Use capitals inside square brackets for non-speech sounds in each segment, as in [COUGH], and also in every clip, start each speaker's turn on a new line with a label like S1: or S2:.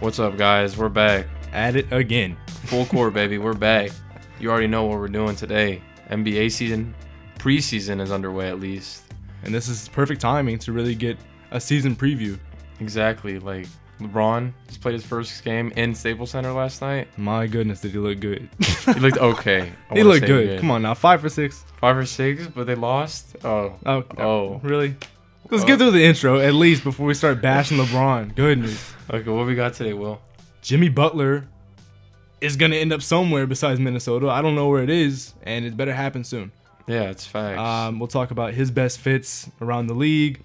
S1: What's up, guys? We're back.
S2: At it again.
S1: Full court, baby. We're back. You already know what we're doing today. NBA season, preseason is underway at least.
S2: And this is perfect timing to really get a season preview.
S1: Exactly. Like LeBron just played his first game in Staples Center last night.
S2: My goodness, did he look good?
S1: He
S2: [LAUGHS]
S1: looked okay. I
S2: he
S1: wanna
S2: looked
S1: say
S2: good. Come on now, five for six.
S1: Five or six, but they lost. Oh,
S2: Oh,
S1: Oh.
S2: really? Let's
S1: Oh.
S2: get through the intro at least before we start bashing LeBron. Goodness,
S1: okay. What we got today, Will?
S2: Jimmy Butler is gonna end up somewhere besides Minnesota. I don't know where it is, and it better happen soon.
S1: Yeah, it's facts.
S2: Um, we'll talk about his best fits around the league.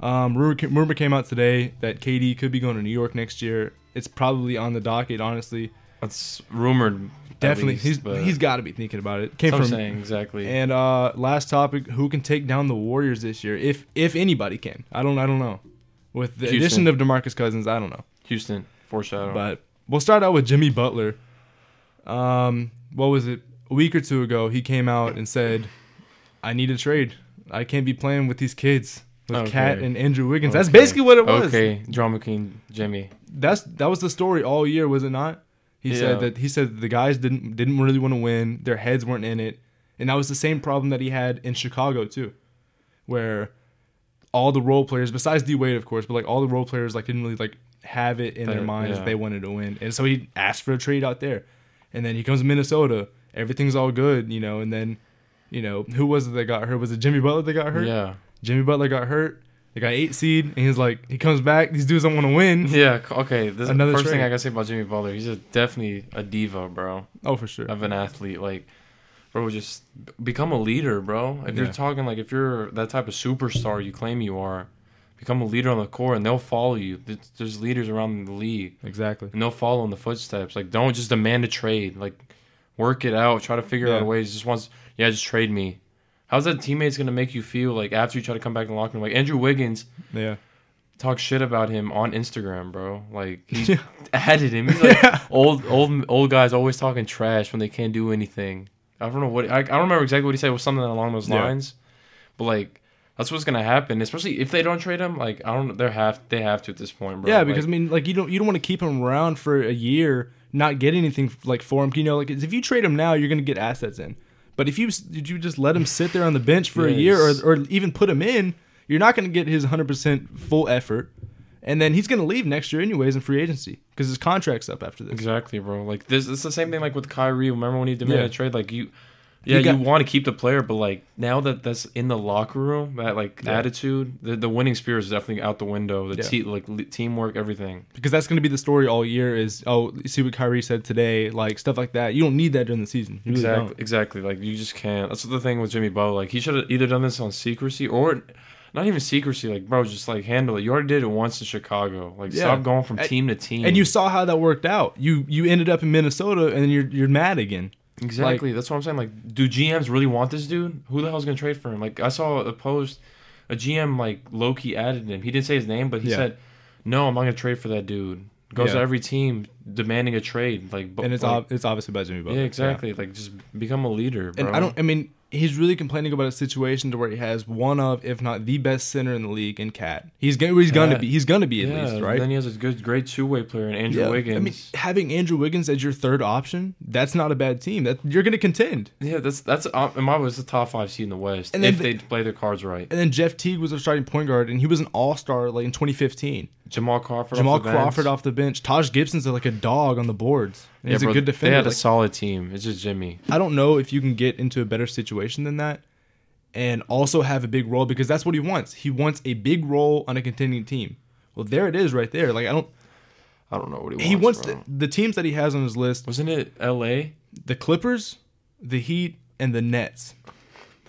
S2: Um, rumor, ca- rumor came out today that KD could be going to New York next year. It's probably on the docket, honestly.
S1: That's rumored. at
S2: Definitely,
S1: least,
S2: he's
S1: but
S2: he's got to be thinking about it. Came
S1: that's what
S2: from
S1: I'm saying exactly.
S2: and uh, last topic: who can take down the Warriors this year? If if anybody can, I don't I don't know. With the
S1: Houston.
S2: addition of Demarcus Cousins, I don't know.
S1: Houston foreshadow.
S2: But we'll start out with Jimmy Butler. Um, what was it? A week or two ago, he came out and said, "I need a trade. I can't be playing with these kids." With
S1: Okay.
S2: Cat and Andrew Wiggins. That's
S1: Okay.
S2: basically what it was.
S1: Okay, drama king Jimmy.
S2: That's that was the story all year, was it not? He
S1: Yeah.
S2: said that he said the guys didn't didn't really want to win. Their heads weren't in it, and that was the same problem that he had in Chicago too, where all the role players, besides D Wade, of course, but like all the role players, like didn't really like have it in
S1: They-
S2: their minds
S1: yeah.
S2: that they wanted to win, and so he asked for a trade out there, and then he comes to Minnesota, everything's all good, you know, and then, you know, who was it that got hurt? Was it Jimmy Butler that got hurt?
S1: Yeah.
S2: Jimmy Butler got hurt. They got eight seed, and he's like, he comes back. These dudes don't want to win.
S1: [LAUGHS] Yeah. c- Okay. This
S2: Another
S1: first thing
S2: trade.
S1: I gotta say about Jimmy Butler. He's a, definitely a diva, bro.
S2: Oh, for sure.
S1: Of an athlete, like, bro, just b- become a leader, bro. If you're
S2: Yeah.
S1: talking like if you're that type of superstar you claim you are, become a leader on the court, and they'll follow you. There's- There's leaders around the league.
S2: Exactly.
S1: and they'll follow in the footsteps. Like, don't just demand a trade. Like, work it out. Try to figure out
S2: Yeah.
S1: ways. Just wants, yeah, just trade me. How's that teammates gonna make you feel like after you try to come back in the locker room? Like Andrew Wiggins
S2: Yeah.
S1: talk shit about him on Instagram, bro. Like he
S2: [LAUGHS] Yeah.
S1: added him. He's like old old old guys always talking trash when they can't do anything. I don't know what I, I don't remember exactly what he said. It was something along those
S2: Yeah.
S1: lines. But like that's what's gonna happen, especially if they don't trade him. Like I don't, they're have they have to at this point, bro.
S2: Yeah, because
S1: Like,
S2: I mean, like you don't you don't want to keep him around for a year, not get anything like for him. You know, like if you trade him now, you're gonna get assets in. But if you did you just let him sit there on the bench for a year,
S1: Yes.
S2: or or even put him in, you're not gonna get his 100 percent full effort, and then he's gonna leave next year anyways in free agency because his contract's up after this.
S1: Exactly, bro. Like this, it's the same thing. Like with Kyrie, remember when he demanded
S2: Yeah.
S1: a trade? Like you, yeah, you,
S2: got-
S1: want to keep the player, but like now that that's in the locker room, that like
S2: Yeah.
S1: attitude, the, the winning spirit is definitely out the window. The
S2: Yeah.
S1: te- like le- teamwork, everything.
S2: Because that's gonna be the story all year. Is oh, you see what Kyrie said today, like stuff like that. You don't need that during the season. You really
S1: Exactly,
S2: don't.
S1: exactly. Like you just can't. That's the thing with Jimmy Butler. Like he should have either done this on secrecy or. Not even secrecy, like bro, just like handle it. You already did it once in Chicago. Like
S2: Yeah.
S1: stop going from
S2: And-
S1: team to team.
S2: And you saw how that worked out. You you ended up in Minnesota, and you're you're mad again.
S1: Exactly. That's what I'm saying. Like, do GMs really want this dude? Who the hell's gonna trade for him? Like, I saw a post, a GM like Loki added him. He didn't say his name, but he
S2: Yeah.
S1: said, "No, I'm not gonna trade for that dude." Goes to
S2: Yeah.
S1: every team demanding a trade. Like, bu-
S2: and it's
S1: like,
S2: ob- it's obviously by Jimmy Butler.
S1: yeah, exactly. Like, just become a leader, bro.
S2: And I don't. I mean, he's really complaining about a situation to where he has one of, if not the best center in the league in Cat. He's gonna he's gonna
S1: Cat.
S2: be he's gonna be at
S1: yeah,
S2: least
S1: right.
S2: right.
S1: Then he has a good, great two-way player in Andrew
S2: Yeah.
S1: Wiggins.
S2: I mean, having Andrew Wiggins as your third option, that's not a bad team. That you're gonna contend.
S1: yeah, that's that's. Uh, in my was the top five seed in the West
S2: And then
S1: if
S2: the-
S1: they play their cards right.
S2: And then Jeff Teague was a starting point guard, and he was an All Star like in 2015.
S1: Jamal Crawford. off
S2: Jamal
S1: the bench.
S2: Crawford off the bench. Taj Gibson's like a dog on the boards. And
S1: Yeah,
S2: he's
S1: bro,
S2: a good
S1: They
S2: defender.
S1: had a
S2: Like,
S1: solid team. It's just Jimmy.
S2: I don't know if you can get into a better situation than that and also have a big role because that's what he wants. He wants a big role on a contending team. Well, there it is right there. Like I don't
S1: I don't know what he wants.
S2: he wants
S1: bro.
S2: the, the teams that he has on his list,
S1: Wasn't it L.A.?
S2: the Clippers, the Heat, and the Nets.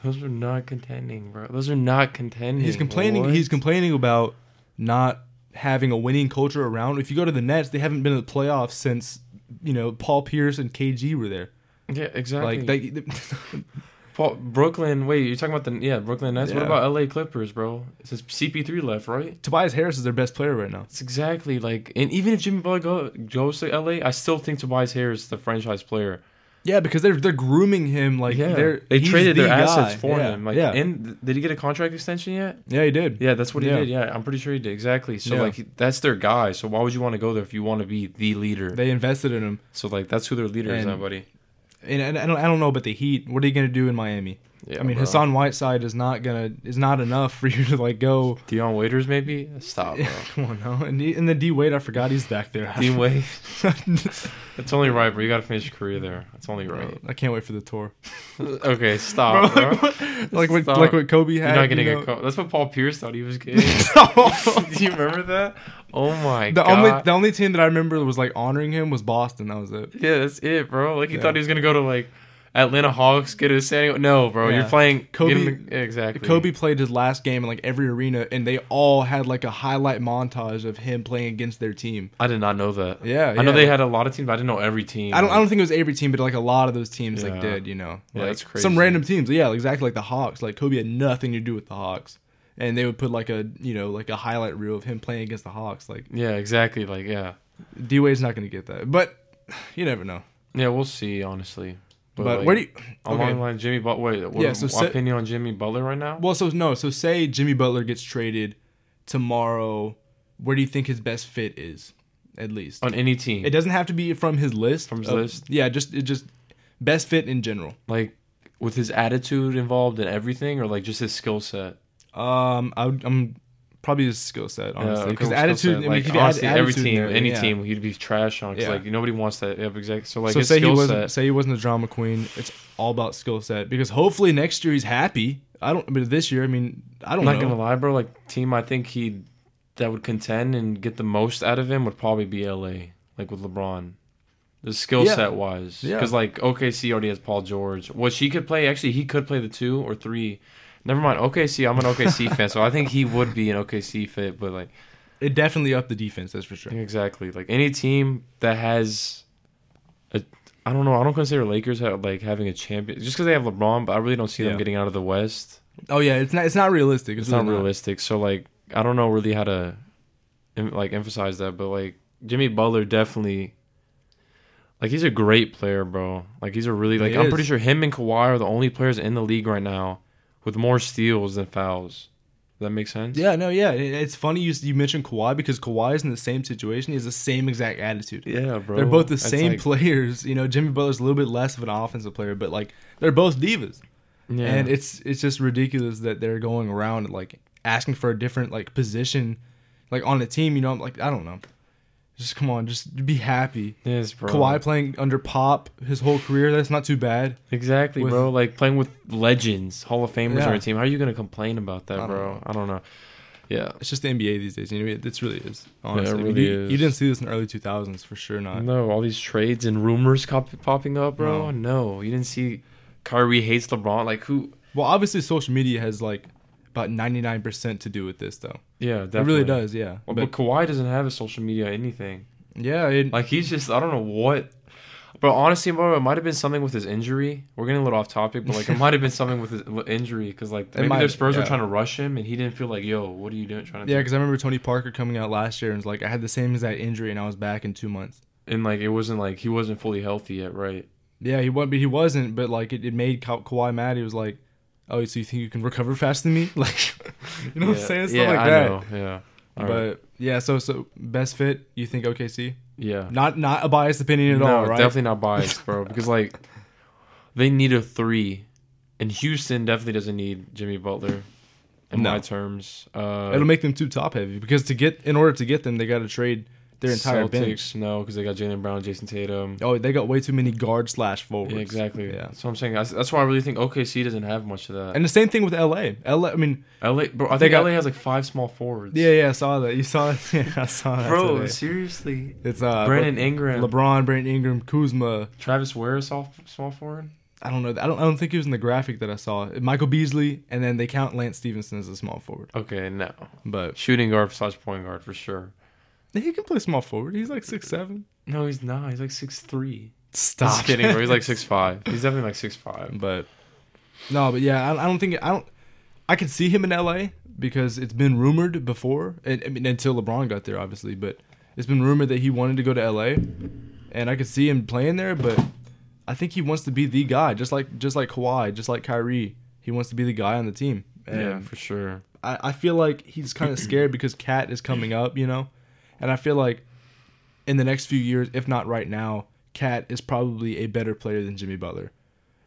S1: Those are not contending, bro. Those are not contending.
S2: He's complaining
S1: What?
S2: he's complaining about not having a winning culture around. If you go to the Nets, they haven't been in the playoffs since, you know, Paul Pierce and KG were there.
S1: yeah, exactly.
S2: Like
S1: Like
S2: they, [LAUGHS]
S1: Paul, Brooklyn. Wait, you're talking about the yeah Brooklyn Nets. What
S2: Yeah.
S1: about L.A. Clippers, bro? Since CP3 left, right?
S2: Tobias Harris is their best player right now.
S1: It's exactly like, and even if Jimmy Butler go, goes to L.A., I still think Tobias Harris is the franchise player.
S2: Yeah, because they're they're grooming him like
S1: yeah,
S2: they're
S1: they
S2: he's
S1: traded
S2: the
S1: their assets
S2: guy.
S1: for
S2: Yeah,
S1: him. Like,
S2: yeah,
S1: and did he get a contract extension yet?
S2: yeah, he did.
S1: Yeah, that's what he
S2: Yeah.
S1: did. Yeah, I'm pretty sure he did. Exactly. So
S2: Yeah.
S1: like that's their guy. So why would you want to go there if you want to be the leader?
S2: They invested in him,
S1: so like that's who their leader is,
S2: And-
S1: now, buddy.
S2: and, and I don't I don't know about the Heat. What are you gonna do in Miami?
S1: Yeah,
S2: I mean,
S1: bro.
S2: Hassan Whiteside is not gonna is not enough for [LAUGHS] you to like go.
S1: Dion Waiters maybe. Stop,
S2: [LAUGHS]
S1: bro.
S2: Come on, now. And, he- and then D Wade, I forgot he's back there.
S1: Dean
S2: [LAUGHS]
S1: Wade. It's only right, bro. You gotta finish your career there. It's only right.
S2: I can't wait for the tour. [LAUGHS]
S1: okay, stop,
S2: Bro,
S1: bro.
S2: [LAUGHS] like, what, like what
S1: Stop.
S2: like what Kobe had.
S1: You're not getting
S2: you
S1: a
S2: [LAUGHS] know?
S1: call. That's what Paul Pierce thought he was
S2: [LAUGHS]
S1: getting. [LAUGHS] Do you remember that? Oh my
S2: the
S1: god.
S2: only the only team that I remember was like honoring him was Boston. That was it.
S1: yeah, that's it, bro. Like he
S2: Yeah.
S1: thought he was gonna go to like Atlanta Hawks, get a San Diego. No, bro.
S2: Yeah.
S1: You're playing
S2: Kobe-
S1: get him- yeah, exactly.
S2: Kobe played his last game in like every arena, and they all had like a highlight montage of him playing against their team.
S1: I did not know that.
S2: Yeah,
S1: I know
S2: yeah.
S1: they had a lot of teams, but I didn't know every team.
S2: I don't. I don't think it was every team, but like a lot of those teams like
S1: Yeah.
S2: did. You know,
S1: Yeah,
S2: like,
S1: that's crazy.
S2: Some random teams. Yeah, exactly. Like the Hawks. Like Kobe had nothing to do with the Hawks, and they would put like a you know like a highlight reel of him playing against the Hawks. Like
S1: Yeah, exactly. Like, yeah,
S2: D Wade's not going to get that, but [SIGHS] you never know.
S1: yeah. We'll see, honestly.
S2: But,
S1: like,
S2: where do you?
S1: along
S2: okay.
S1: the line Jimmy Butler? Wait, what
S2: Yeah,
S1: yeah,
S2: so say-
S1: opinion on Jimmy Butler right now?
S2: Well, so no. So say Jimmy Butler gets traded tomorrow. Where do you think his best fit is? At least
S1: on any team,
S2: It doesn't have to be from his list.
S1: From his
S2: of-
S1: list?
S2: Yeah, just it just best fit in general.
S1: like with his attitude involved and everything, or like just his skill set.
S2: Um, I would, I'm probably his skill set
S1: Yeah,
S2: honestly
S1: okay,
S2: because
S1: skill
S2: attitude.
S1: set.
S2: I mean,
S1: like
S2: if you add
S1: honestly, every
S2: attitude in
S1: team,
S2: there,
S1: any
S2: yeah.
S1: team, he'd be trash on. 'cause,
S2: Yeah.
S1: Like nobody wants that. Yep, exactly. So like
S2: so
S1: his
S2: say he
S1: skill
S2: wasn't
S1: set.
S2: say he wasn't a drama queen. It's all about skill set because hopefully next year he's happy. I don't. But this year, I mean, I don't
S1: I'm not
S2: know.
S1: gonna lie, bro. Like team, I think he that would contend and get the most out of him would probably be LA, like with LeBron. The skill
S2: Yeah.
S1: set wise,
S2: Yeah.
S1: because like OKC already has Paul George. What she could play, actually, he could play the two or three. Never mind. OKC, I'm an
S2: [LAUGHS]
S1: OKC fan, so I think he would be an OKC fit. But like,
S2: It definitely upped the defense. That's for sure.
S1: exactly, like any team that has, a, I don't know. I don't consider Lakers have, like having a champion just because they have LeBron, but I really don't see
S2: Yeah.
S1: them getting out of the West.
S2: Oh yeah, it's not. It's not realistic.
S1: it's
S2: It's,
S1: not
S2: really
S1: realistic. So like, I don't know really how to em- like emphasize that, but like Jimmy Butler definitely, like he's a great player, bro. Like he's a really like
S2: He
S1: I'm
S2: is.
S1: pretty sure him and Kawhi are the only players in the league right now with more steals than fouls. Does that make sense?
S2: Yeah, no, yeah. It- It's funny you you mentioned Kawhi because Kawhi is in the same situation. He has the same exact attitude.
S1: yeah, bro.
S2: They're both the
S1: It's
S2: same
S1: like-
S2: players. You know, Jimmy Butler's a little bit less of an offensive player, but like they're both divas,
S1: Yeah.
S2: and it's it's just ridiculous that they're going around and, like asking for a different like position, like on the team. You know, I'm like I don't know, just come on, just be happy.
S1: yes, bro.
S2: Kawhi playing under Pop his whole career, that's not too bad.
S1: Exactly,
S2: with-
S1: bro. Like playing with legends, Hall of Famers on
S2: Yeah.
S1: your team. How are you gonna complain about that,
S2: I don't
S1: bro?
S2: know.
S1: I don't know. Yeah.
S2: It's just the NBA these days. You know, it, it's really is. Honestly,
S1: really
S2: you,
S1: is. Mm-hmm.
S2: you didn't see this in the early 2000s for sure. Not
S1: No, all these trades and rumors cop- popping up, bro. No. you didn't see Kyrie hates LeBron. Like who?
S2: well, obviously, social media has like about 99% to do with this, though.
S1: Yeah, definitely.
S2: It really does, yeah.
S1: Well,
S2: but
S1: but, Kawhi doesn't have a social media or anything.
S2: yeah, it,
S1: Like he's just I don't know what. But honestly, bro, it might have been something with his injury. We're getting a little off topic, but like it might have been something with his l- injury because like maybe
S2: might-
S1: their Spurs
S2: yeah.
S1: were trying to rush him and he didn't feel like, yo, what are you doing trying to?
S2: Yeah,
S1: do?
S2: because I remember Tony Parker coming out last year and was like, I had the same exact injury and I was back in two months.
S1: and like it wasn't like he wasn't fully healthy yet, right?
S2: Yeah, he wasn't, but he wasn't. But like, it, it made Ka- Kawhi mad. He was like, "Oh, so you think you can recover faster than me?" [LAUGHS] Like, you know what [LAUGHS] I'm saying? Stuff like
S1: I
S2: that.
S1: know. Yeah, All
S2: but
S1: right.
S2: yeah, so so best fit. You think OKC?
S1: yeah.
S2: Not not a biased opinion at all, right?
S1: definitely not biased, bro. because like they need a three, and Houston definitely doesn't need Jimmy Butler. In
S2: No.
S1: my terms, uh,
S2: It'll make them too top heavy because to get in order to get them, they got to trade their entire
S1: Celtics,
S2: bench.
S1: No, because they got Jalen Brown, Jason Tatum.
S2: Oh, they got way too many guard slash forwards.
S1: Yeah, exactly.
S2: Yeah.
S1: That's what I'm saying. That's, that's why I really think OKC doesn't have much of that.
S2: And the same thing with LA. LA, I mean,
S1: LA, bro, I
S2: They
S1: think
S2: got-
S1: LA has like five small forwards.
S2: yeah, yeah, I saw that. You saw [LAUGHS] it. Yeah, I saw that.
S1: bro,
S2: today.
S1: seriously.
S2: It's uh
S1: Brandon Ingram,
S2: LeBron, Brandon Ingram, Kuzma.
S1: Travis Ware, is small small forward.
S2: I don't know. I don't. I don't think he was in the graphic that I saw. Michael Beasley, and then they count Lance Stevenson as a small forward.
S1: Okay, no,
S2: But
S1: shooting guard slash point guard for sure.
S2: he can play small forward. He's like six seven.
S1: No, he's not. He's like six three.
S2: Stop.
S1: Just kidding, bro. He's [LAUGHS] like
S2: [LAUGHS]
S1: six five. He's definitely like six five.
S2: But no, but yeah, I, I don't think I don't. I could see him in L.A. because it's been rumored before. And, I mean, until LeBron got there, obviously. But it's been rumored that he wanted to go to L.A. and I could see him playing there. But I think he wants to be the guy, just like just like Kawhi, just like Kyrie. He wants to be the guy on the team. And
S1: yeah, for sure.
S2: I, I feel like he's
S1: [CLEARS THROAT]
S2: kind of scared because Cat is coming up, you know, and I feel like in the next few years, if not right now, Cat is probably a better player than Jimmy Butler,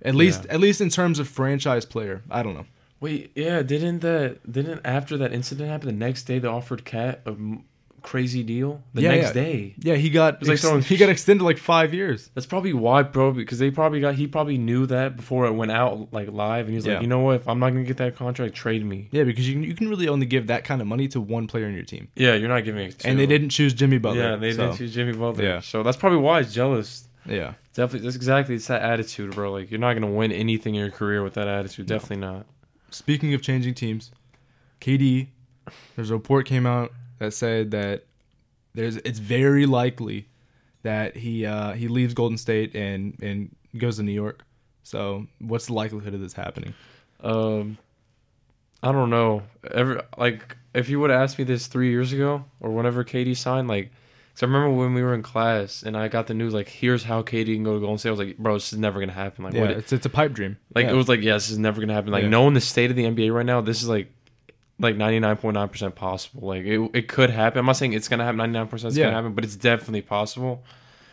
S2: at least at least in terms of franchise player. I don't know.
S1: Wait, yeah, didn't that didn't after that incident happen the next day they offered Cat a m- crazy deal the
S2: Yeah,
S1: next
S2: yeah.
S1: day.
S2: Yeah, he got
S1: was like
S2: ex-
S1: throwing-
S2: he got extended like five years.
S1: That's probably why, bro, because they probably got he probably knew that before it went out like live, and he's
S2: Yeah.
S1: like, you know what, if I'm not gonna get that contract, trade me.
S2: Yeah, because you can, you can really only give that kind of money to one player in your team,
S1: Yeah, you're not giving it. To
S2: and they
S1: him.
S2: didn't choose Jimmy Butler.
S1: Yeah, they
S2: so,
S1: did choose Jimmy Butler.
S2: Yeah.
S1: So that's probably why he's jealous.
S2: Yeah,
S1: Definitely, that's exactly it's that attitude, bro. Like you're not gonna win anything in your career with that attitude. Definitely not.
S2: Speaking of changing teams, KD, there's a report came out that said that there's it's very likely that he uh, he leaves Golden State and and goes to New York. So what's the likelihood of this happening?
S1: Um, I don't know. Ever like if you would have asked me this three years ago or whenever Katie signed, like, 'cause I remember when we were in class and I got the news like, here's how Katie can go to Golden State. I was like, bro, this is never gonna happen. Like,
S2: Yeah,
S1: what?
S2: it's it's a pipe dream.
S1: like
S2: Yeah.
S1: it was like, yeah, this is never gonna happen. Like,
S2: Yeah.
S1: knowing the state of the NBA right now, this is like. Like ninety nine point nine percent possible. Like it, it could happen. I'm not saying it's gonna happen. Ninety nine percent it's
S2: Yeah.
S1: gonna happen, but it's definitely possible.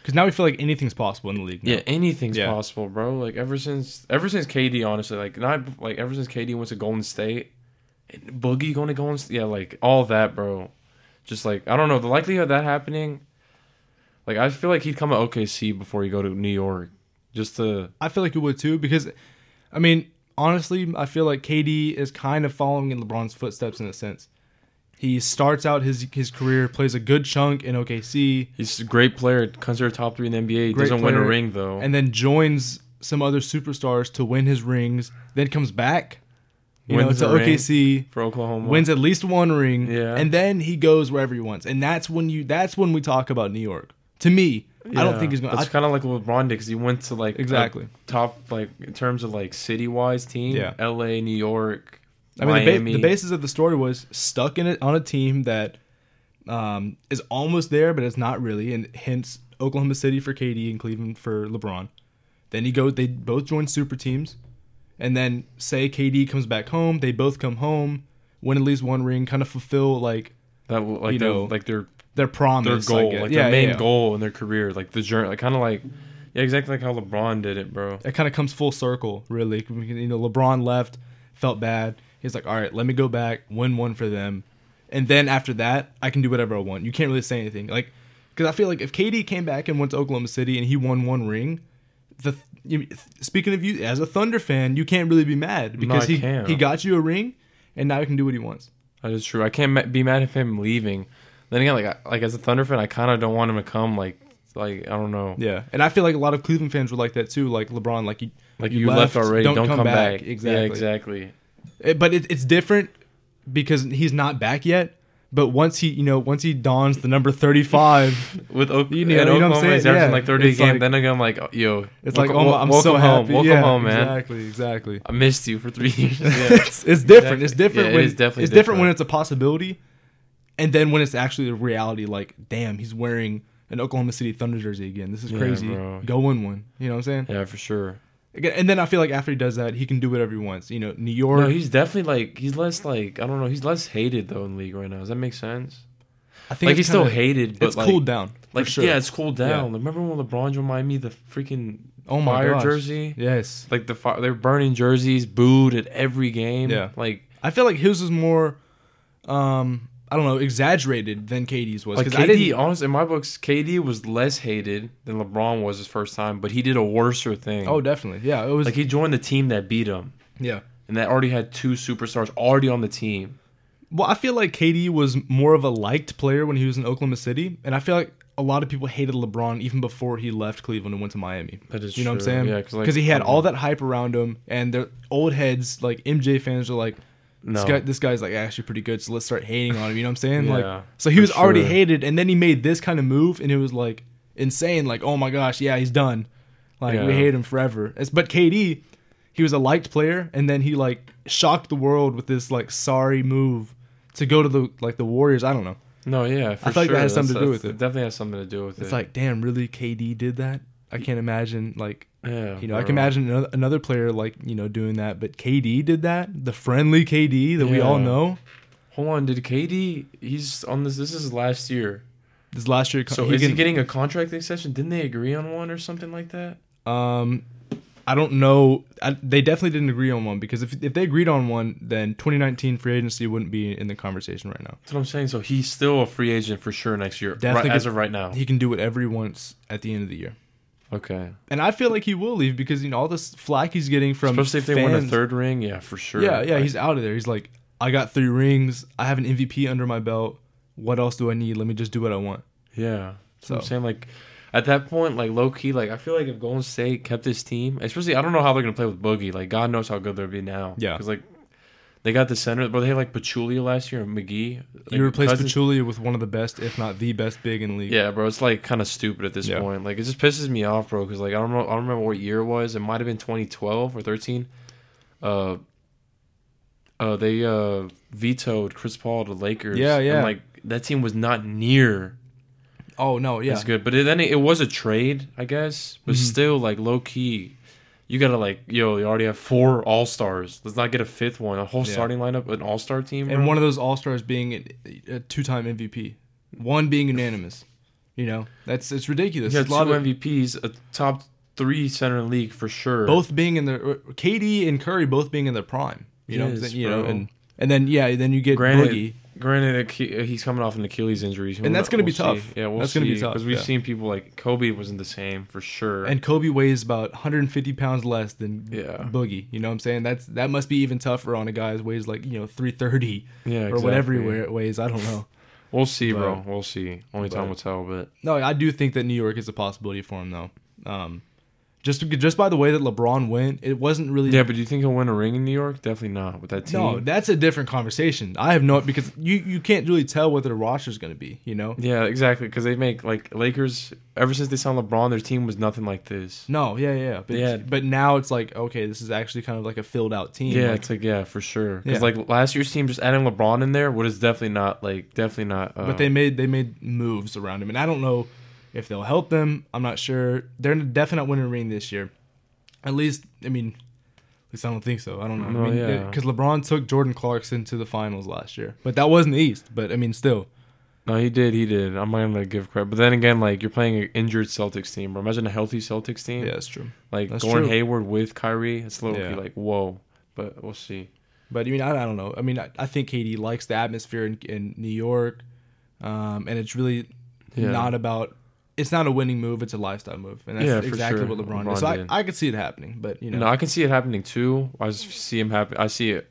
S2: because now we feel like anything's possible in the league. now.
S1: Yeah, anything's
S2: Yeah.
S1: possible, bro. Like ever since ever since KD, honestly, like not like ever since KD went to Golden State, and Boogie going to Golden State, yeah, like all that, bro. Just like I don't know the likelihood of that happening. Like I feel like he'd come to OKC before he go to New York, just to
S2: I feel like it would too because, I mean, honestly, I feel like KD is kind of following in LeBron's footsteps in a sense. He starts out his his career, plays a good chunk in OKC,
S1: he's a great player, considered top three in the NBA.
S2: Great
S1: doesn't win a
S2: player.
S1: ring though.
S2: and then joins some other superstars to win his rings. Then comes back, you
S1: Wins
S2: know,
S1: a
S2: to
S1: ring.
S2: OKC,
S1: for Oklahoma,
S2: wins at least one ring,
S1: Yeah.
S2: and then he goes wherever he wants. And that's when you that's when we talk about New York. To me, I don't
S1: Yeah.
S2: think he's going.
S1: That's
S2: to
S1: kind of like what LeBron did because he went to like a
S2: Exactly.
S1: top like in terms of like city wise team.
S2: Yeah.
S1: L.A., New York.
S2: I mean, the, ba-
S1: Miami.
S2: the basis of the story was stuck in it on a team that um, is almost there, but it's not really, and hence Oklahoma City for KD and Cleveland for LeBron. Then you go; they both join super teams, and then say KD comes back home, they both come home, win at least one ring, kind of fulfill like
S1: that will- like
S2: you
S1: their,
S2: know,
S1: like their
S2: their
S1: their
S2: promise, I
S1: goal,
S2: guess.
S1: like
S2: yeah,
S1: their main
S2: yeah.
S1: goal in their career, like the journey, like kind of like yeah, exactly like how LeBron did it, bro.
S2: It kind of comes full circle, really. We can- You know, LeBron left, felt bad. He's like, all right, let me go back, win one for them, and then after that, I can do whatever I want. You can't really say anything, like, because I feel like if KD came back and went to Oklahoma City and he won one ring, the you, speaking of you as a Thunder fan, you can't really be mad because
S1: I
S2: he
S1: can't.
S2: he got you a ring, and now he can do what he wants.
S1: That is true. I can't ma- be mad at him leaving. Then again, like I, like as a Thunder fan, I kind of don't want him to come. Like like I don't know.
S2: Yeah, and I feel like a lot of Cleveland fans were like that too, like LeBron, like you
S1: Like you, left, already. Don't, come, back.
S2: Exactly.
S1: Yeah, exactly.
S2: It- Eh, but it, it's different because he's not back yet. But once he, you know, once he dons the
S1: [LAUGHS]
S2: number thirty-five,
S1: With Oak,
S2: You know-
S1: at
S2: you know what I'm
S1: Oklahoma, he's
S2: saying?
S1: averaging
S2: Yeah.
S1: like thirty a
S2: It's
S1: game.
S2: like-
S1: then again, I'm like, oh, yo,
S2: it's
S1: welcome-
S2: like, oh,
S1: wel-
S2: I'm
S1: welcome
S2: so
S1: home.
S2: happy.
S1: Welcome
S2: yeah,
S1: home, man.
S2: Exactly, exactly.
S1: I missed you for three years. [LAUGHS] Yeah.
S2: it's, it's different. It's
S1: Exactly.
S2: different.
S1: Yeah, it
S2: when,
S1: is definitely
S2: it's different when
S1: different.
S2: it's a possibility, and then when it's actually a reality. Like, damn, he's wearing an Oklahoma City Thunder jersey again. This is
S1: Yeah,
S2: crazy.
S1: bro.
S2: Go win one. You know what I'm saying?
S1: yeah, for sure.
S2: Again, and then I feel like after he does that, he can do whatever he wants. You know, New York.
S1: No, he's definitely like he's less like I don't know. He's less hated though in the league right now. Does that make sense?
S2: I think
S1: Like he's
S2: it's
S1: still
S2: kinda-
S1: hated, but
S2: It's
S1: like,
S2: cooled down. for
S1: Like
S2: sure.
S1: yeah, it's cooled down. Remember when LeBron reminded me the freaking
S2: oh my
S1: fire
S2: gosh.
S1: jersey?
S2: Yes.
S1: Like the fire, they're burning jerseys, booed at every game.
S2: Yeah.
S1: like
S2: I feel like his was more, um, I don't know, exaggerated than KD's was.
S1: like
S2: I
S1: KD. Honestly, in my books, KD was less hated than LeBron was his first time, but he did a worser thing.
S2: oh, definitely, yeah, it was,
S1: like he joined the team that beat him,
S2: yeah.
S1: and that already had two superstars already on the team.
S2: Well, I feel like KD was more of a liked player when he was in Oklahoma City, and I feel like a lot of people hated LeBron even before he left Cleveland and went to Miami.
S1: That is
S2: you know what I'm
S1: true.
S2: saying?
S1: Yeah, 'cause,
S2: because
S1: like,
S2: he had
S1: I
S2: all that hype around him, and their old heads like MJ fans are like.
S1: No.
S2: This, guy, this guy's like actually pretty good, so let's start hating on him. You know what I'm saying?
S1: Yeah,
S2: like, so he was
S1: for
S2: already
S1: sure.
S2: hated, and then he made this kind of move, and it was like insane. Like, oh my gosh, yeah, he's done. Like, we
S1: Yeah.
S2: hate him forever. It's, but KD, he was a liked player, and then he like shocked the world with this like sorry move to go to the like the Warriors. I don't know.
S1: No, yeah, for
S2: I feel like that
S1: sure.
S2: has something to
S1: That's-
S2: do with
S1: that's-
S2: it.
S1: Definitely has something to do with it.
S2: It's like, damn, really, KD did that. I can't imagine like
S1: Yeah,
S2: You know, I can
S1: bro.
S2: imagine another, another player like you know doing that, but KD did that. The friendly KD that we all
S1: Yeah.
S2: know.
S1: Hold on, did KD? He's on this. This is his last year.
S2: This last year,
S1: So is he getting a contract extension? Didn't they agree on one or something like that?
S2: Um, I don't know. I, they definitely didn't agree on one because if if they agreed on one, then 2019 free agency wouldn't be in the conversation right now.
S1: That's what I'm saying. So he's still a free agent for sure next year, right,
S2: Definitely
S1: as
S2: could-
S1: of right now.
S2: He can do whatever he wants at the end of the year,
S1: Okay,
S2: and I feel like he will leave because you know all this flack he's getting from
S1: especially if they win a
S2: fans-
S1: third ring. Yeah, for sure.
S2: Yeah, yeah,
S1: Like,
S2: he's out of there. He's like, I got three rings. I have an MVP under my belt. What else do I need? Let me just do what I want.
S1: yeah. So I'm
S2: So-
S1: saying like, at that point, like low key, like I feel like if Golden State kept his team, especially I don't know how they're gonna play with Boogie. Like God knows how good they'll be now.
S2: Yeah.
S1: because like. They got the center, but they had like Pachulia last year and McGee. Like,
S2: You replace
S1: Cousins-
S2: Pachulia with one of the best, if not the best, big in the league.
S1: Yeah, bro, it's like kind of stupid at this
S2: Yeah.
S1: point. Like it just pisses me off, bro, because like I don't know, I don't remember what year it was. It might have been 2012 or 13. Uh, uh, they uh vetoed Chris Paul to Lakers.
S2: Yeah, yeah.
S1: And, like that team was not near
S2: Oh no, yeah.
S1: as good, but it, then it, it was a trade, I guess. But
S2: Mhm.
S1: still, like low key, you gotta like yo, you already have four All Stars. Let's not get a fifth one. A whole
S2: Yeah.
S1: starting lineup, an All Star team, bro.
S2: and one of those all stars being a, a two-time MVP, one being unanimous. You know, that's it's ridiculous.
S1: you had
S2: It's
S1: two
S2: a lot of-
S1: MVPs, a top three center in the league for sure.
S2: both being in their KD and Curry both being in their prime. You know, what I'm
S1: Yes,
S2: saying? you know,
S1: bro.
S2: and and then yeah, then you get
S1: Granted,
S2: Boogie.
S1: Granted, Ache- he's coming off an Achilles injury, so
S2: And that's gonna be
S1: see.
S2: tough.
S1: Yeah, we'll
S2: That's
S1: see.
S2: gonna be tough,
S1: because we've
S2: yeah.
S1: seen people like Kobe wasn't the same for sure.
S2: And Kobe weighs about 150 pounds less than
S1: Yeah.
S2: Boogie. You know what I'm saying? That's that must be even tougher on a guy who weighs like you know 330
S1: yeah,
S2: or whatever he
S1: exactly.
S2: wear- weighs. I don't know.
S1: We'll see, bro.
S2: But-
S1: We'll see. Only time
S2: but-
S1: will tell. But
S2: No, I do think that New York is a possibility for him though. Um, just just by the way that LeBron went, it wasn't really
S1: yeah, but do you think he'll win a ring in New York? Definitely not with that team.
S2: No, that's a different conversation. I have no because you you can't really tell what their roster's going to be. You know,
S1: Yeah, exactly. Because they make like Lakers. Ever since they signed LeBron, their team was nothing like this.
S2: no, yeah, yeah, but
S1: Yeah.
S2: but now it's like okay, this is actually kind of like a filled out team.
S1: Yeah,
S2: like-
S1: it's like yeah, for sure.
S2: Yeah.
S1: Because like last year's team, just adding LeBron in there, what is definitely not like definitely not. Uh,
S2: but they made they made moves around him, and I don't know if they'll help them. I'm not sure. They're definitely not winning a ring this year. At least, I mean, at least I don't think so. I don't know.
S1: No,
S2: I mean,
S1: yeah.
S2: because LeBron took Jordan Clarkson to the finals last year, but that wasn't the East. But I mean, still,
S1: No, he did. He did. I'm not gonna give credit, but then again, like you're playing an injured Celtics team. Or imagine a healthy Celtics team.
S2: yeah, that's true.
S1: like
S2: that's
S1: Gordon
S2: true.
S1: Hayward with Kyrie. It's low
S2: Yeah.
S1: key like whoa, but we'll see.
S2: But I mean, I, I don't know. I mean, I, I think KD likes the atmosphere in, in New York, um, and it's really
S1: Yeah.
S2: not about. It's not a winning move; it's a lifestyle move, and that's
S1: Yeah, for
S2: exactly
S1: sure.
S2: what LeBron,
S1: LeBron
S2: did. So I,
S1: did.
S2: I could see it happening, but you know,
S1: No, I can see it happening too. I just see him happen. I see it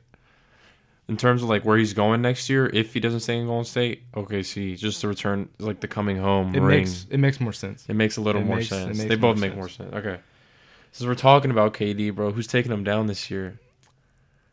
S1: in terms of like where he's going next year. If he doesn't stay in Golden State, okay, see, just the return, like the coming home
S2: it
S1: ring.
S2: makes it makes more sense.
S1: it makes a little
S2: it
S1: more
S2: makes- it
S1: sense.
S2: makes
S1: They both
S2: more
S1: make more sense. Okay, since we're talking about KD, bro, who's taking him down this year?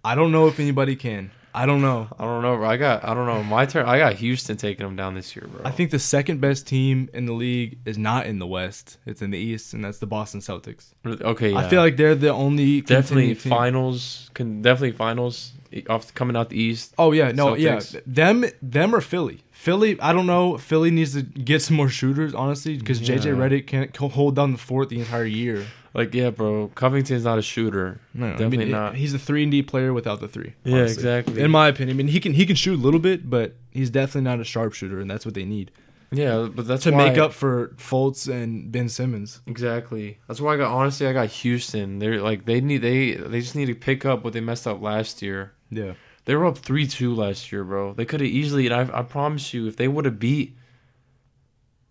S2: I don't know if anybody can. I don't know.
S1: I don't know. Bro. I got. I don't know. My turn. I got Houston taking him down this year, bro.
S2: I think the second best team in the league is not in the West; it's in the East, and that's the Boston Celtics.
S1: Really- Okay, yeah.
S2: I feel like they're the only
S1: definitely
S2: contending team.
S1: finals can definitely finals e- off coming out the East.
S2: Oh yeah, no, yeah,
S1: Celtics.
S2: them, them or Philly. Philly, I don't know. Philly needs to get some more shooters, honestly, because
S1: Yeah.
S2: JJ Reddick can't co- hold down the fort the entire year.
S1: Like yeah, bro, Covington's not a shooter.
S2: No,
S1: definitely
S2: I mean,
S1: not.
S2: He's a three and D player without the three.
S1: Yeah, exactly.
S2: In my opinion, I mean, he can he can shoot a little bit, but he's definitely not a sharpshooter, and that's what they need
S1: yeah, but that's
S2: to
S1: why,
S2: make up for Fultz and Ben Simmons.
S1: exactly. That's why I got honestly I got Houston. They're like they need they they just need to pick up what they messed up last year.
S2: Yeah,
S1: They were up three two last year, bro. They could have easily and I I promise you if they would have beat.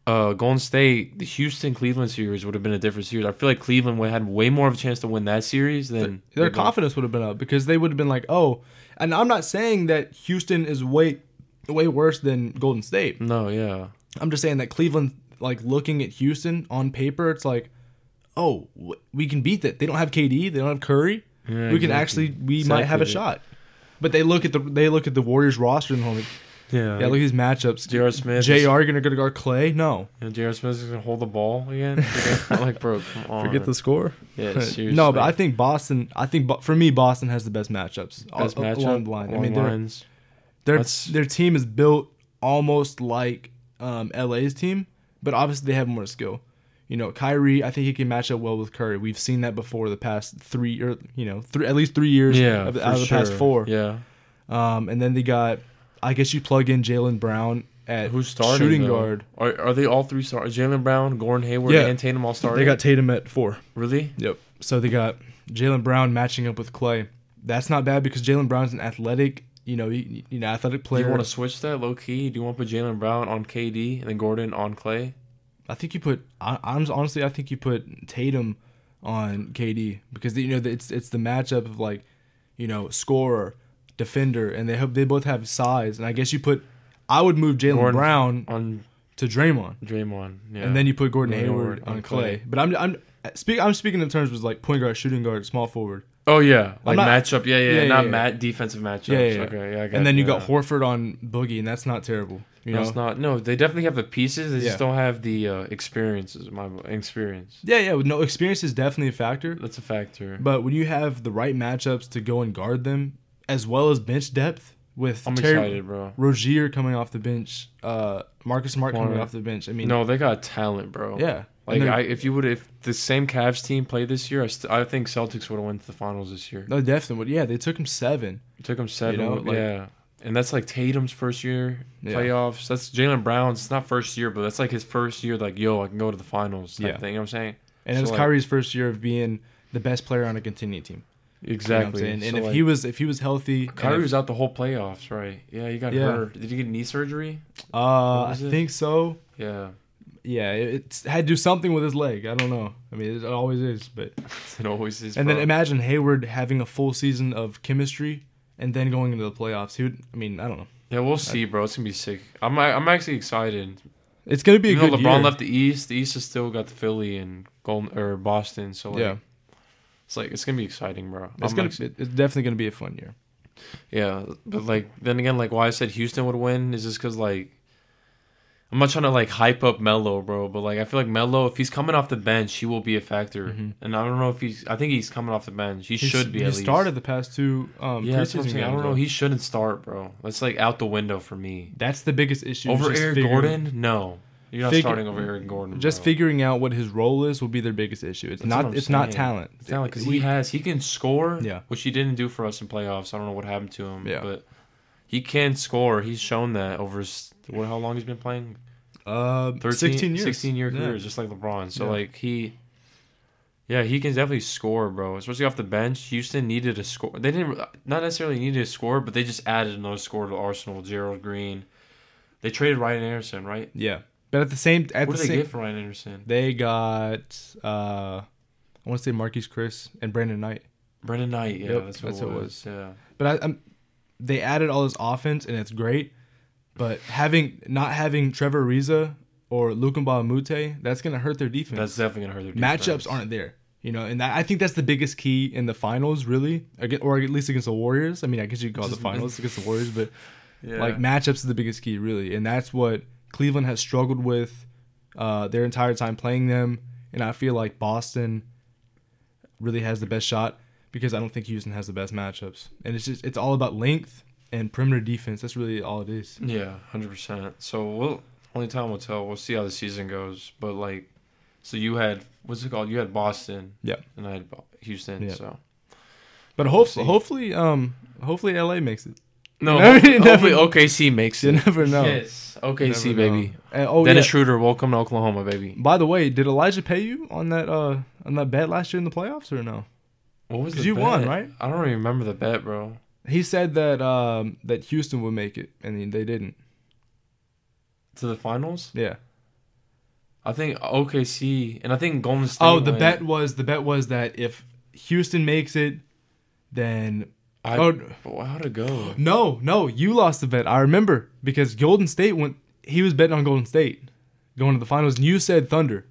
S1: Uh, Golden State, the Houston Cleveland series would have been a different series. I feel like Cleveland would had way more of a chance to win that series than
S2: their
S1: than Golden-
S2: confidence would have been up because they would have been like, oh, and I'm not saying that Houston is way way worse than Golden State.
S1: No, yeah.
S2: I'm just saying that Cleveland, like looking at Houston on paper, it's like, oh, w- we can beat that. They don't have KD. They don't have Curry.
S1: Yeah,
S2: we can
S1: exactly.
S2: actually, we might have a
S1: Exactly.
S2: shot. But they look at the they look at the Warriors roster and they're like,
S1: Yeah.
S2: yeah, look at these matchups.
S1: J.R. Smith.
S2: Jr. gonna go to guard Clay. No,
S1: You know, J.R. Smith is gonna hold the ball again.
S2: [LAUGHS]
S1: like, bro, come on.
S2: forget the score.
S1: Yeah,
S2: [LAUGHS] no, but
S1: seriously.
S2: I think Boston. I think Bo- for me, Boston has the best matchups. Al-
S1: best matchup.
S2: along the line. I
S1: along
S2: mean, their
S1: lines.
S2: their
S1: That's-
S2: their team is built almost like um, LA's team, but obviously they have more skill. You know, Kyrie, I think he can match up well with Curry. We've seen that before the past three or you know, three at least three years
S1: Yeah,
S2: of
S1: for
S2: the, out of the past
S1: sure.
S2: four.
S1: Yeah,
S2: Um, and then they got, I guess you plug in Jalen Brown at
S1: who's starting?
S2: shooting
S1: though?
S2: guard.
S1: Are, are they all three stars? Jalen Brown, Gordon Hayward,
S2: Yeah.
S1: and Tatum all starting.
S2: They got Tatum at four.
S1: really.
S2: Yep. So they got Jalen Brown matching up with Clay. That's not bad because Jalen Brown's an athletic, you know, you, you know, athletic
S1: Do
S2: player.
S1: you want to switch that low key? Do you want to put Jalen Brown on KD and then Gordon on Clay?
S2: I think you put. I, I'm honestly, I think you put Tatum on KD because you know it's it's the matchup of like, you know, scorer, defender, and they have, they both have size. And I guess you put. I would move Jalen
S1: Gordon.
S2: Brown
S1: On
S2: to Draymond,
S1: Draymond. Yeah.
S2: and then you put Gordon
S1: Gordon
S2: Hayward
S1: Hayward
S2: on
S1: on
S2: Clay.
S1: Klay.
S2: But I'm I'm speak, I'm speaking in terms of like point guard, shooting guard, small forward.
S1: oh yeah, like
S2: not-
S1: matchup. Yeah, yeah,
S2: Yeah, yeah,
S1: not
S2: yeah.
S1: mat defensive matchups.
S2: Yeah, yeah, yeah.
S1: Okay, yeah. I got
S2: and then you
S1: yeah.
S2: got Horford on Boogie, and that's not terrible. You
S1: No,
S2: know,
S1: it's not. No, they definitely have the pieces. They
S2: Yeah.
S1: just don't have the uh, experiences. My experience.
S2: yeah, yeah. No, experience is definitely a factor,
S1: That's a factor.
S2: but when you have the right matchups to go and guard them, as well as bench depth with
S1: I'm
S2: Terry-
S1: excited, bro.
S2: Rozier coming off the bench, uh, Marcus Smart coming
S1: Smart.
S2: off the bench. I mean,
S1: No, they got talent, bro.
S2: yeah,
S1: Like
S2: And they're-
S1: I, if you would, if the same Cavs team played this year, I, st- I think Celtics would have went to the finals this year.
S2: no, definitely. would. Yeah, they took him seven.
S1: It took them seven.
S2: know,
S1: with-
S2: like-
S1: yeah, and that's like Tatum's first year
S2: Yeah.
S1: playoffs. That's Jalen Brown's. It's not first year, but that's like his first year. Like, yo, I can go to the finals. Type
S2: Yeah.
S1: thing. You know what I'm saying
S2: And
S1: So,
S2: it was
S1: like-
S2: Kyrie's first year of being the best player on a contending team. You know what I'm
S1: exactly.
S2: saying? and
S1: So,
S2: if
S1: like,
S2: he was if he was healthy, and
S1: Kyrie
S2: if- uh,
S1: was out the whole playoffs, right? Yeah, he got
S2: Yeah.
S1: hurt. Did he get knee surgery?
S2: uh,
S1: What
S2: I
S1: was it?
S2: think so.
S1: Yeah, [LAUGHS]
S2: Yeah, it, it's had to do something with his leg. I don't know. I mean, it always is, but
S1: it always is.
S2: And
S1: bro.
S2: then imagine Hayward having a full season of chemistry and then going into the playoffs. He would. I mean, I don't know.
S1: yeah, we'll see, bro. It's gonna be sick. I'm I'm actually excited.
S2: It's gonna be a
S1: Even though
S2: good
S1: LeBron
S2: year.
S1: left the East, the East has still got the Philly and Golden or Boston. So like,
S2: yeah,
S1: it's like it's gonna be exciting, bro.
S2: it's
S1: I'm
S2: gonna.
S1: ex-
S2: it- it's definitely gonna be a fun year.
S1: yeah, but like then again, like why I said Houston would win is just because like I'm not trying to like hype up Melo, bro. But like I feel like Melo, if he's coming off the bench, he will be a factor. And I don't know if he's. I think Mm-hmm. he's coming off the bench. He
S2: He's-
S1: should be.
S2: He
S1: at least.
S2: started the past two um,
S1: Yeah, that's
S2: preseason
S1: what I'm
S2: games.
S1: saying. I don't know.
S2: though.
S1: He shouldn't start, bro. That's like out the window for me.
S2: That's the biggest issue. is
S1: over
S2: just
S1: Eric
S2: figuring-
S1: Gordon? No, you're not
S2: Fig-
S1: starting over Eric Gordon.
S2: Just
S1: bro.
S2: figuring out what his role is will be their biggest issue. It's
S1: That's what
S2: not.
S1: I'm
S2: It's not
S1: saying.
S2: talent.
S1: It's not like because
S2: We-
S1: he has he can score,
S2: Yeah.
S1: which he didn't do for us in playoffs. I don't know what happened to him,
S2: Yeah.
S1: but he can score. He's shown that over his, what how long he's been playing
S2: uh,
S1: 13,
S2: sixteen years.
S1: 16 year
S2: Yeah.
S1: careers, just like LeBron. So
S2: Yeah.
S1: like he, yeah, he can definitely score, bro. Especially off the bench. Houston needed a score. They didn't not necessarily needed a score, but they just added another score to Arsenal. Gerald Green. They traded Ryan Anderson, right?
S2: Yeah, but at the same at
S1: What
S2: the
S1: did they
S2: same
S1: get for Ryan Anderson?
S2: they got uh, I want to say Marquise Chris and Brandon Knight.
S1: Brendan Knight. Yeah,
S2: Yep,
S1: that's what
S2: that's
S1: it
S2: who it
S1: was. Yeah.
S2: But I, i they added all this offense, and it's great. But having not having Trevor Ariza or Lukumba Mute, that's going to hurt their defense.
S1: That's definitely gonna hurt their defense.
S2: Matchups aren't there, you know, and that, I think that's the biggest key in the finals, really, Aga- or at least against the Warriors. I mean, I guess you could call it the
S1: Just-
S2: finals against the Warriors, but
S1: Yeah.
S2: like matchups are the biggest key, really, and that's what Cleveland has struggled with uh, their entire time playing them. And I feel like Boston really has the best shot because I don't think Houston has the best matchups. And it's just it's all about length and perimeter defense. That's really all it is.
S1: Yeah, hundred percent. So we'll only time will tell. We'll see how the season goes. But like, so you had what's it called? You had Boston.
S2: Yeah.
S1: And I had Bo- Houston.
S2: Yeah.
S1: So
S2: But hope,
S1: see.
S2: hopefully, um, hopefully LA makes it.
S1: no,
S2: Never-
S1: hopefully,
S2: never-
S1: hopefully OKC makes
S2: You [LAUGHS]
S1: it.
S2: never know.
S1: Yes,
S2: You
S1: OKC
S2: never know.
S1: baby.
S2: Uh, oh
S1: Dennis
S2: yeah.
S1: Schroeder, welcome to Oklahoma, baby.
S2: By the way, did Elijah pay you on that uh on that bet last year in the playoffs or no?
S1: What was
S2: 'Cause
S1: the
S2: you won,
S1: bet?
S2: right?
S1: I don't even remember the bet, bro.
S2: He said that um that Houston would make it and they didn't.
S1: To the finals,
S2: Yeah.
S1: I think OKC and I think Golden State.
S2: Oh, the
S1: went.
S2: bet was the bet was that if Houston makes it, then
S1: I,
S2: oh,
S1: oh, how'd it go?
S2: No, no, you lost the bet. I remember because Golden State went. He was betting on Golden State going to the finals, and you said Thunder.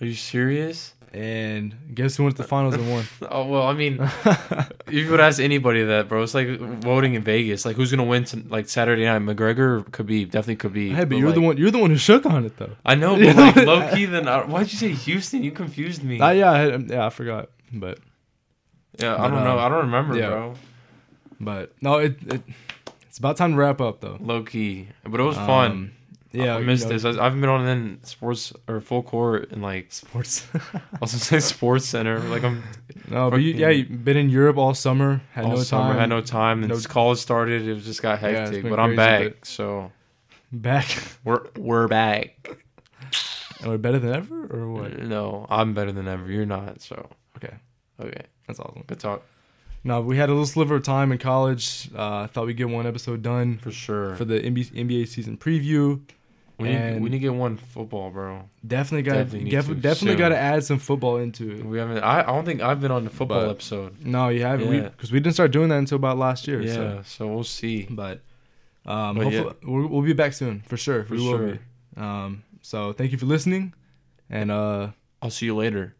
S1: Are you serious? [LAUGHS]
S2: And guess who went to the finals and won? [LAUGHS]
S1: Oh well, I mean, if you would ask anybody that, bro, it's like voting in Vegas. Like, who's gonna win? To, like Saturday night, McGregor or Khabib? Definitely Khabib.
S2: Hey, but you're the
S1: like-
S2: one. You're the one who shook on it though.
S1: I
S2: [LAUGHS]
S1: know,
S2: You
S1: but
S2: know
S1: like
S2: what?
S1: low key. Then I, why'd you say Houston? You confused me.
S2: Ah, yeah, I had, yeah, I forgot. But
S1: yeah, I
S2: but,
S1: don't know.
S2: um,
S1: I don't remember,
S2: yeah.
S1: bro.
S2: but no, it, it it's about time to wrap up though.
S1: Low key, but it was fun.
S2: Um, Yeah,
S1: I
S2: you
S1: missed
S2: know,
S1: this. I, I've been on in sports or full court and like
S2: Sports. [LAUGHS]
S1: also say sports center. Like I'm
S2: no, but you,
S1: Fucking-
S2: yeah, you've been in Europe all summer. Had
S1: all
S2: [SIGHS] no
S1: summer
S2: time.
S1: had no time. And
S2: No-
S1: since college started, it just got
S2: Yeah, it's
S1: hectic.
S2: been
S1: but I'm
S2: crazy,
S1: back,
S2: but-
S1: so
S2: Back. [LAUGHS]
S1: we're we're back.
S2: and we're better than ever, or what?
S1: No, I'm better than ever. You're not. So
S2: Okay,
S1: okay,
S2: that's awesome.
S1: good talk
S2: No, we had a little sliver of time in college. Uh, I thought we'd get one episode done
S1: for sure.
S2: for the NBA, NBA season preview.
S1: we need
S2: and-
S1: we need to get one football, bro.
S2: Definitely got
S1: Definitely
S2: definitely,
S1: need to
S2: definitely
S1: soon.
S2: got to add some football into it.
S1: We haven't. I, I don't think I've been on the football
S2: But-
S1: episode.
S2: No, you haven't.
S1: Yeah.
S2: Because we, didn't start doing that until about last year.
S1: yeah,
S2: So.
S1: so. we'll see.
S2: But, um,
S1: But yeah.
S2: hopefully, we'll, we'll be back soon for sure.
S1: For
S2: we will
S1: sure.
S2: be. Um, so thank you for listening, and uh,
S1: I'll see you later.